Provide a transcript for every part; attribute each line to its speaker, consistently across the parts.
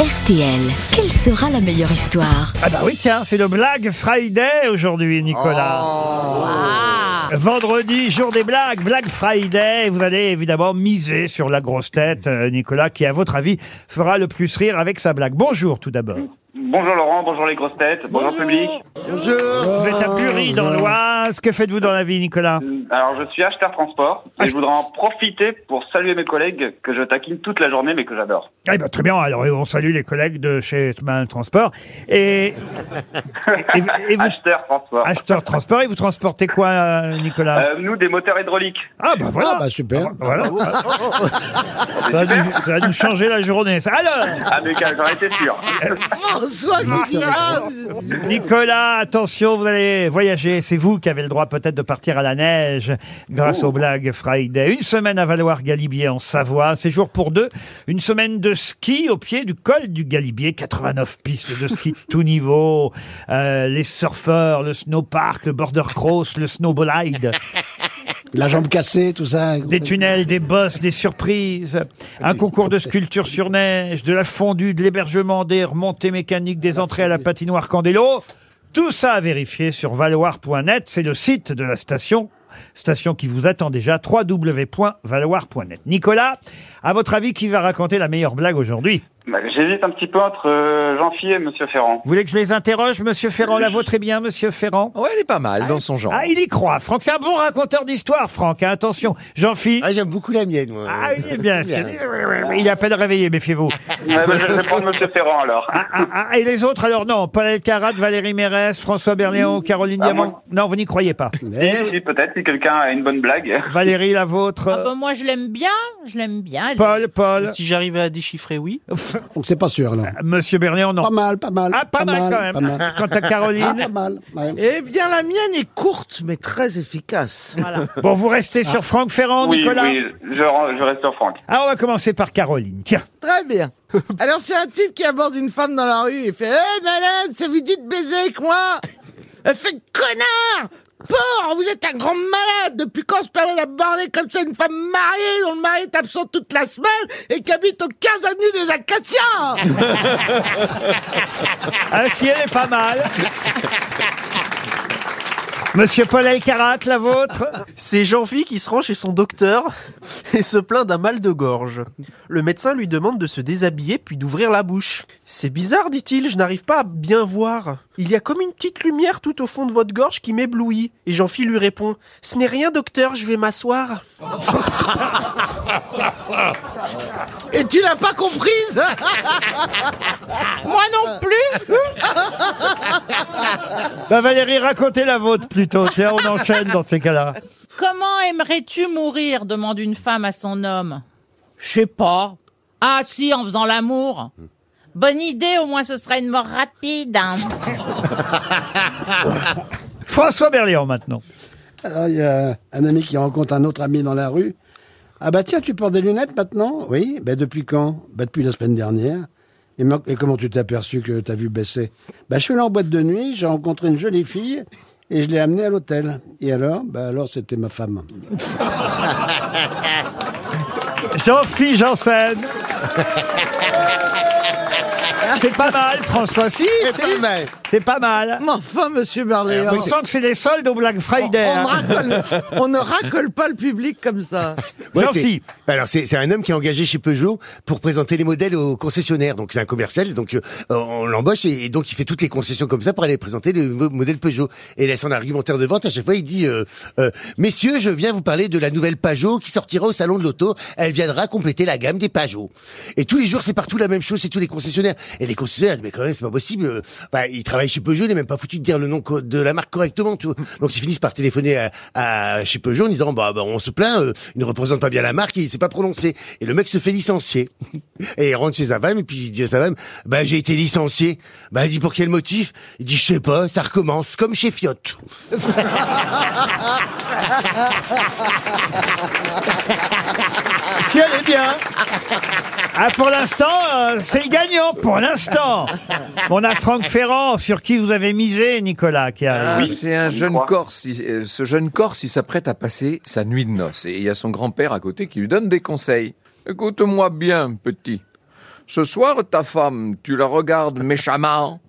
Speaker 1: RTL. Quelle sera la meilleure histoire
Speaker 2: Ah bah oui, tiens, c'est le Blague Friday aujourd'hui, Nicolas. Vendredi, jour des blagues, Blague Friday. Vous allez évidemment miser sur la grosse tête, euh, Nicolas, qui, à votre avis, fera le plus rire avec sa blague. Bonjour, tout d'abord.
Speaker 3: Bonjour Laurent, bonjour les grosses têtes, bonjour, public.
Speaker 2: Vous êtes à Bury, dans l'Oise. Que faites-vous dans la vie, Nicolas
Speaker 3: Euh, Alors je suis acheteur transport
Speaker 2: Ah,
Speaker 3: et je voudrais en profiter pour saluer mes collègues que je taquine toute la journée mais que j'adore.
Speaker 2: Eh ben, très bien. Alors, on salue les collègues de chez Sman Transport. Et, et, et vous,
Speaker 3: Acheteur transport.
Speaker 2: acheteur transport, et vous transportez quoi, euh, Nicolas
Speaker 3: Euh, nous des moteurs hydrauliques.
Speaker 2: Ah bah voilà.
Speaker 4: Ah bah super.
Speaker 2: Voilà. ça, va nous, ça va nous changer la journée. ça. Alors,
Speaker 3: Ah mais j'en étais sûr.
Speaker 2: bah,
Speaker 4: François euh,
Speaker 2: Nicolas, attention, vous allez voyager. C'est vous qui avez le droit peut-être de partir à la neige grâce aux blagues Friday. Une semaine à Valoir-Galibier en Savoie, séjour pour deux. Une semaine de ski au pied du col du Galibier, 89 pistes de ski de tout niveau. Euh, les surfeurs, le snowpark, le border cross, le snowbolide.
Speaker 4: La jambe cassée, tout ça.
Speaker 2: Des tunnels, des bosses, des surprises, un concours de sculpture sur neige, de la fondue, de l'hébergement, des remontées mécaniques, des entrées à la patinoire Candelo. Tout ça à vérifier sur valoir.net, c'est le site de la station, station qui vous attend déjà, www.valoir.net. Nicolas, à votre avis, qui va raconter la meilleure blague aujourd'hui
Speaker 3: Bah, J'hésite un petit peu entre euh, jean philippe et Monsieur Ferrand.
Speaker 2: Vous voulez que je les interroge, Monsieur Ferrand La vôtre est bien, Monsieur Ferrand
Speaker 5: Ah
Speaker 6: Ouais, elle est pas mal dans son genre.
Speaker 2: Ah, il y croit, Franck, c'est un bon raconteur d'histoire, Franck, hein, attention, Jean-Philippe.
Speaker 4: Ah, j'aime beaucoup la mienne, moi.
Speaker 2: Ah, il est bien. c'est- Il est à peine réveillé, méfiez-vous.
Speaker 3: Ouais, bah, je vais prendre Monsieur Ferrand alors.
Speaker 2: Ah, ah, ah, et les autres, alors non. Paul Elkarat, Valérie Mérès, François Berléand, Caroline
Speaker 3: Ah,
Speaker 2: Diamant.
Speaker 3: moi-
Speaker 2: Non, vous n'y croyez pas.
Speaker 4: Eh,
Speaker 3: Si peut-être si quelqu'un a une bonne blague.
Speaker 2: Valérie, la vôtre. euh,
Speaker 7: Ah bah moi je l'aime bien, je l'aime bien.
Speaker 2: Paul, Paul.
Speaker 6: Si j'arrivais à déchiffrer, oui.
Speaker 4: Donc c'est pas sûr, là.
Speaker 2: Monsieur Berléand, non.
Speaker 4: Pas mal, pas mal.
Speaker 2: Ah, pas, mal, quand même.
Speaker 4: Pas mal.
Speaker 2: Quant à
Speaker 4: Ah, pas
Speaker 2: Caroline.
Speaker 4: mal. ouais.
Speaker 5: Eh bien, la mienne est courte, mais très efficace.
Speaker 2: Bon, vous restez sur Franck Ferrand,
Speaker 3: Oui,
Speaker 2: Nicolas.
Speaker 3: oui, je, ren- je reste sur Franck.
Speaker 2: Ah, on va commencer par Caroline. Tiens.
Speaker 5: Très bien. Alors, c'est un type qui aborde une femme dans la rue et fait Hé, madame, ça vous dit de baiser avec moi Elle fait Connard Porc, vous êtes un grand malade Depuis quand on se permet d'aborder comme ça une femme mariée dont le mari est absent toute la semaine et qui habite au 15 avenue des Acacias
Speaker 2: Ah, si, elle est pas mal. Monsieur Paul Elkarat, la vôtre.
Speaker 6: C'est Jean-Philippe qui se rend chez son docteur et se plaint d'un mal de gorge. Le médecin lui demande de se déshabiller puis d'ouvrir la bouche. C'est bizarre, dit-il, je n'arrive pas à bien voir. Il y a comme une petite lumière tout au fond de votre gorge qui m'éblouit. Et Jean-Philippe lui répond Ce n'est rien, docteur, je vais m'asseoir.
Speaker 5: Et tu l'as pas comprise
Speaker 7: Moi non plus.
Speaker 2: Bah, Valérie, racontez la vôtre plutôt. Tiens, on enchaîne dans ces cas-là.
Speaker 7: Comment aimerais-tu mourir demande une femme à son homme. Je sais pas. Ah si, en faisant l'amour. Bonne idée, au moins ce sera une mort rapide. hein.
Speaker 2: François Berléand, maintenant.
Speaker 4: Ah, Il y a un ami qui rencontre un autre ami dans la rue. Ah bah tiens, tu portes des lunettes maintenant Oui. Bah depuis quand Bah depuis la semaine dernière. Et, ma- et comment tu t'es aperçu que t'as vu baisser Bah je suis allé en boîte de nuit, j'ai rencontré une jolie fille et je l'ai amenée à l'hôtel. Et alors Bah alors c'était ma femme.
Speaker 2: Jean-Philippe Janssen. C'est pas mal, François. Si, si. c'est pas mal.
Speaker 5: Mais enfin, monsieur
Speaker 6: Eh,
Speaker 5: Berléand
Speaker 2: On sent que c'est les soldes au Black
Speaker 5: on,
Speaker 2: Friday.
Speaker 5: on
Speaker 2: hein.
Speaker 5: racole- on ne racole pas le public comme ça
Speaker 8: Ouais, c'est-
Speaker 2: Jean-Philippe,
Speaker 8: Alors c'est c'est un homme qui est engagé chez Peugeot pour présenter les modèles aux concessionnaires. Donc c'est un commercial, donc euh, on l'embauche et, et donc il fait toutes les concessions comme ça pour aller présenter le nouveau modèle Peugeot. Et là son argumentaire de vente à chaque fois il dit euh, euh, messieurs je viens vous parler de la nouvelle Peugeot qui sortira au salon de l'auto. Elle viendra compléter la gamme des Peugeot. Et tous les jours c'est partout la même chose chez tous les concessionnaires. Et les concessionnaires mais quand même c'est pas possible. euh, Bah, ils travaillent chez Peugeot, il n'est même pas foutu de dire le nom co- de la marque correctement. tu vois. Donc ils finissent par téléphoner à, à- chez Peugeot en disant bah, bah, on se plaint, euh, il ne représente pas bien la marque, il s'est pas prononcé. Et le mec se fait licencier. et il rentre chez sa femme et puis il dit à sa femme bah j'ai été licencié. Bah elle dit pour quel motif Il dit je sais pas, ça recommence comme chez Fiat.
Speaker 2: si elle est bien. Ah, pour l'instant, euh, c'est gagnant, pour l'instant. On a Franck Ferrand, sur qui vous avez misé, Nicolas, qui
Speaker 9: Ah,
Speaker 2: arrive.
Speaker 9: c'est un
Speaker 3: je
Speaker 9: jeune
Speaker 3: crois.
Speaker 9: Corse. il- euh, ce jeune Corse, il s'apprête à passer sa nuit de noces. Et il y a son grand-père à côté qui lui donne des conseils. Écoute-moi bien, petit.
Speaker 5: Ce soir, ta femme, tu la regardes méchamment,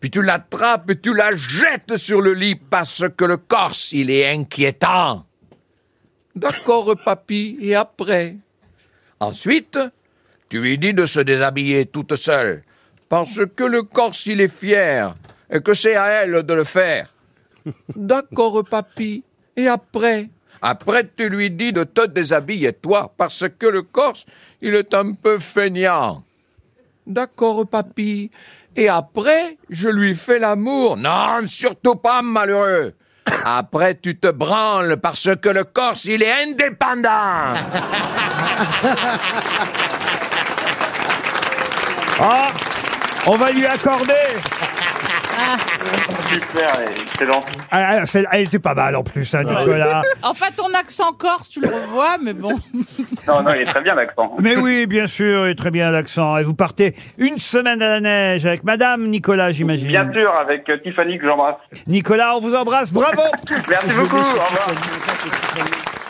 Speaker 5: puis tu l'attrapes et tu la jettes sur le lit parce que le Corse, il est inquiétant. D'accord, papy, et après Ensuite, tu lui dis de se déshabiller toute seule, parce que le Corse, il est fier, et que c'est à elle de le faire. D'accord, papy, et après Après, tu lui dis de te déshabiller, toi, parce que le Corse, il est un peu feignant. D'accord, papy. Et après, je lui fais l'amour. Non, surtout pas, malheureux. Après, tu te branles parce que le Corse, il est indépendant.
Speaker 2: Ah, on va lui accorder.
Speaker 3: Super, et excellent.
Speaker 2: Ah, ah, celle- elle était pas mal en plus, hein, Nicolas.
Speaker 7: En fait, ton accent corse, tu le revois, mais bon.
Speaker 3: Non, non, il est très bien l'accent.
Speaker 2: Mais oui, bien sûr, et très bien l'accent. Et vous partez une semaine à la neige avec Madame Nicolas, j'imagine.
Speaker 3: Bien sûr, avec euh, Tiffany que j'embrasse.
Speaker 2: Nicolas, on vous embrasse. Bravo.
Speaker 3: Merci beaucoup, au revoir.